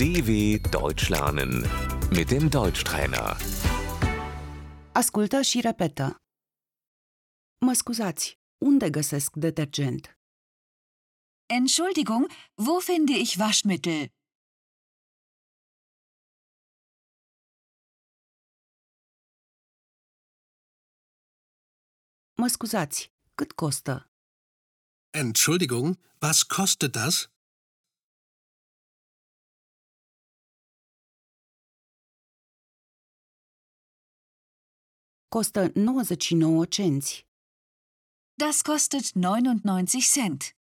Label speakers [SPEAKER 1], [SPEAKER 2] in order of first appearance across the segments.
[SPEAKER 1] DW Deutsch lernen mit dem Deutschtrainer.
[SPEAKER 2] Ascultă și repetă. Mă scuzați, unde găsesc detergent?
[SPEAKER 3] Entschuldigung, wo finde ich Waschmittel?
[SPEAKER 2] Mă scuzați, cât costă?
[SPEAKER 4] Entschuldigung, was kostet das?
[SPEAKER 2] Costă 99 cenți.
[SPEAKER 3] Das kostet 99 Cent.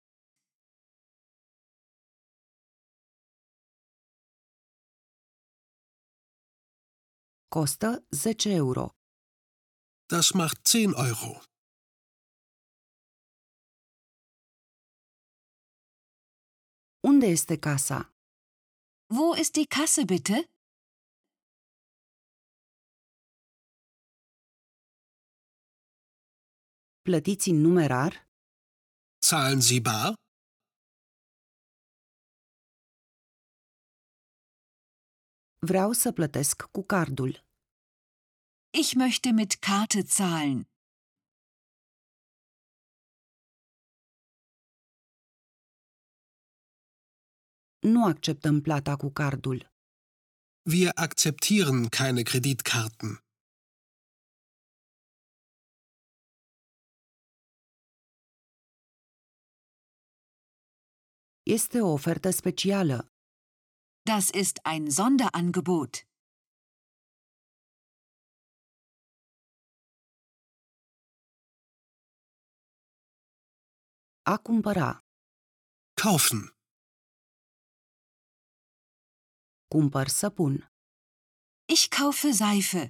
[SPEAKER 2] Costă 10 euro.
[SPEAKER 4] Das macht 10 Euro.
[SPEAKER 2] Unde este casa?
[SPEAKER 3] Wo ist die Kasse bitte?
[SPEAKER 2] Plătiți în numerar?
[SPEAKER 4] Zahlen Sie bar?
[SPEAKER 2] Vreau să plătesc cu cardul.
[SPEAKER 3] Ich möchte mit Karte zahlen.
[SPEAKER 2] Nu acceptăm plata cu cardul.
[SPEAKER 4] Wir akzeptieren keine Kreditkarten.
[SPEAKER 2] Este o ofertă specială.
[SPEAKER 3] Das ist ein Sonderangebot.
[SPEAKER 2] A cumpăra.
[SPEAKER 4] Kaufen.
[SPEAKER 2] Cumpăr săpun.
[SPEAKER 3] Ich kaufe Seife.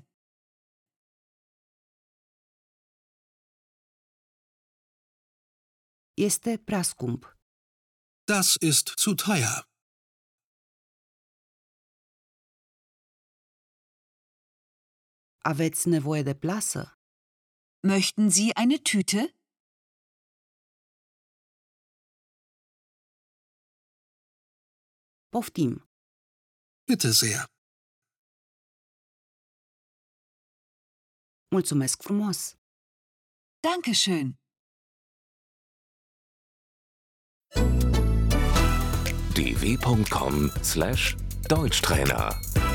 [SPEAKER 2] Este prea scump.
[SPEAKER 4] Das ist zu teuer.
[SPEAKER 2] Aveți nevoie de plasă?
[SPEAKER 3] Möchten Sie eine Tüte?
[SPEAKER 2] Poftim!
[SPEAKER 4] Bitte sehr.
[SPEAKER 2] Mulțumesc frumos!
[SPEAKER 3] Dankeschön.
[SPEAKER 1] dw.com/deutschtrainer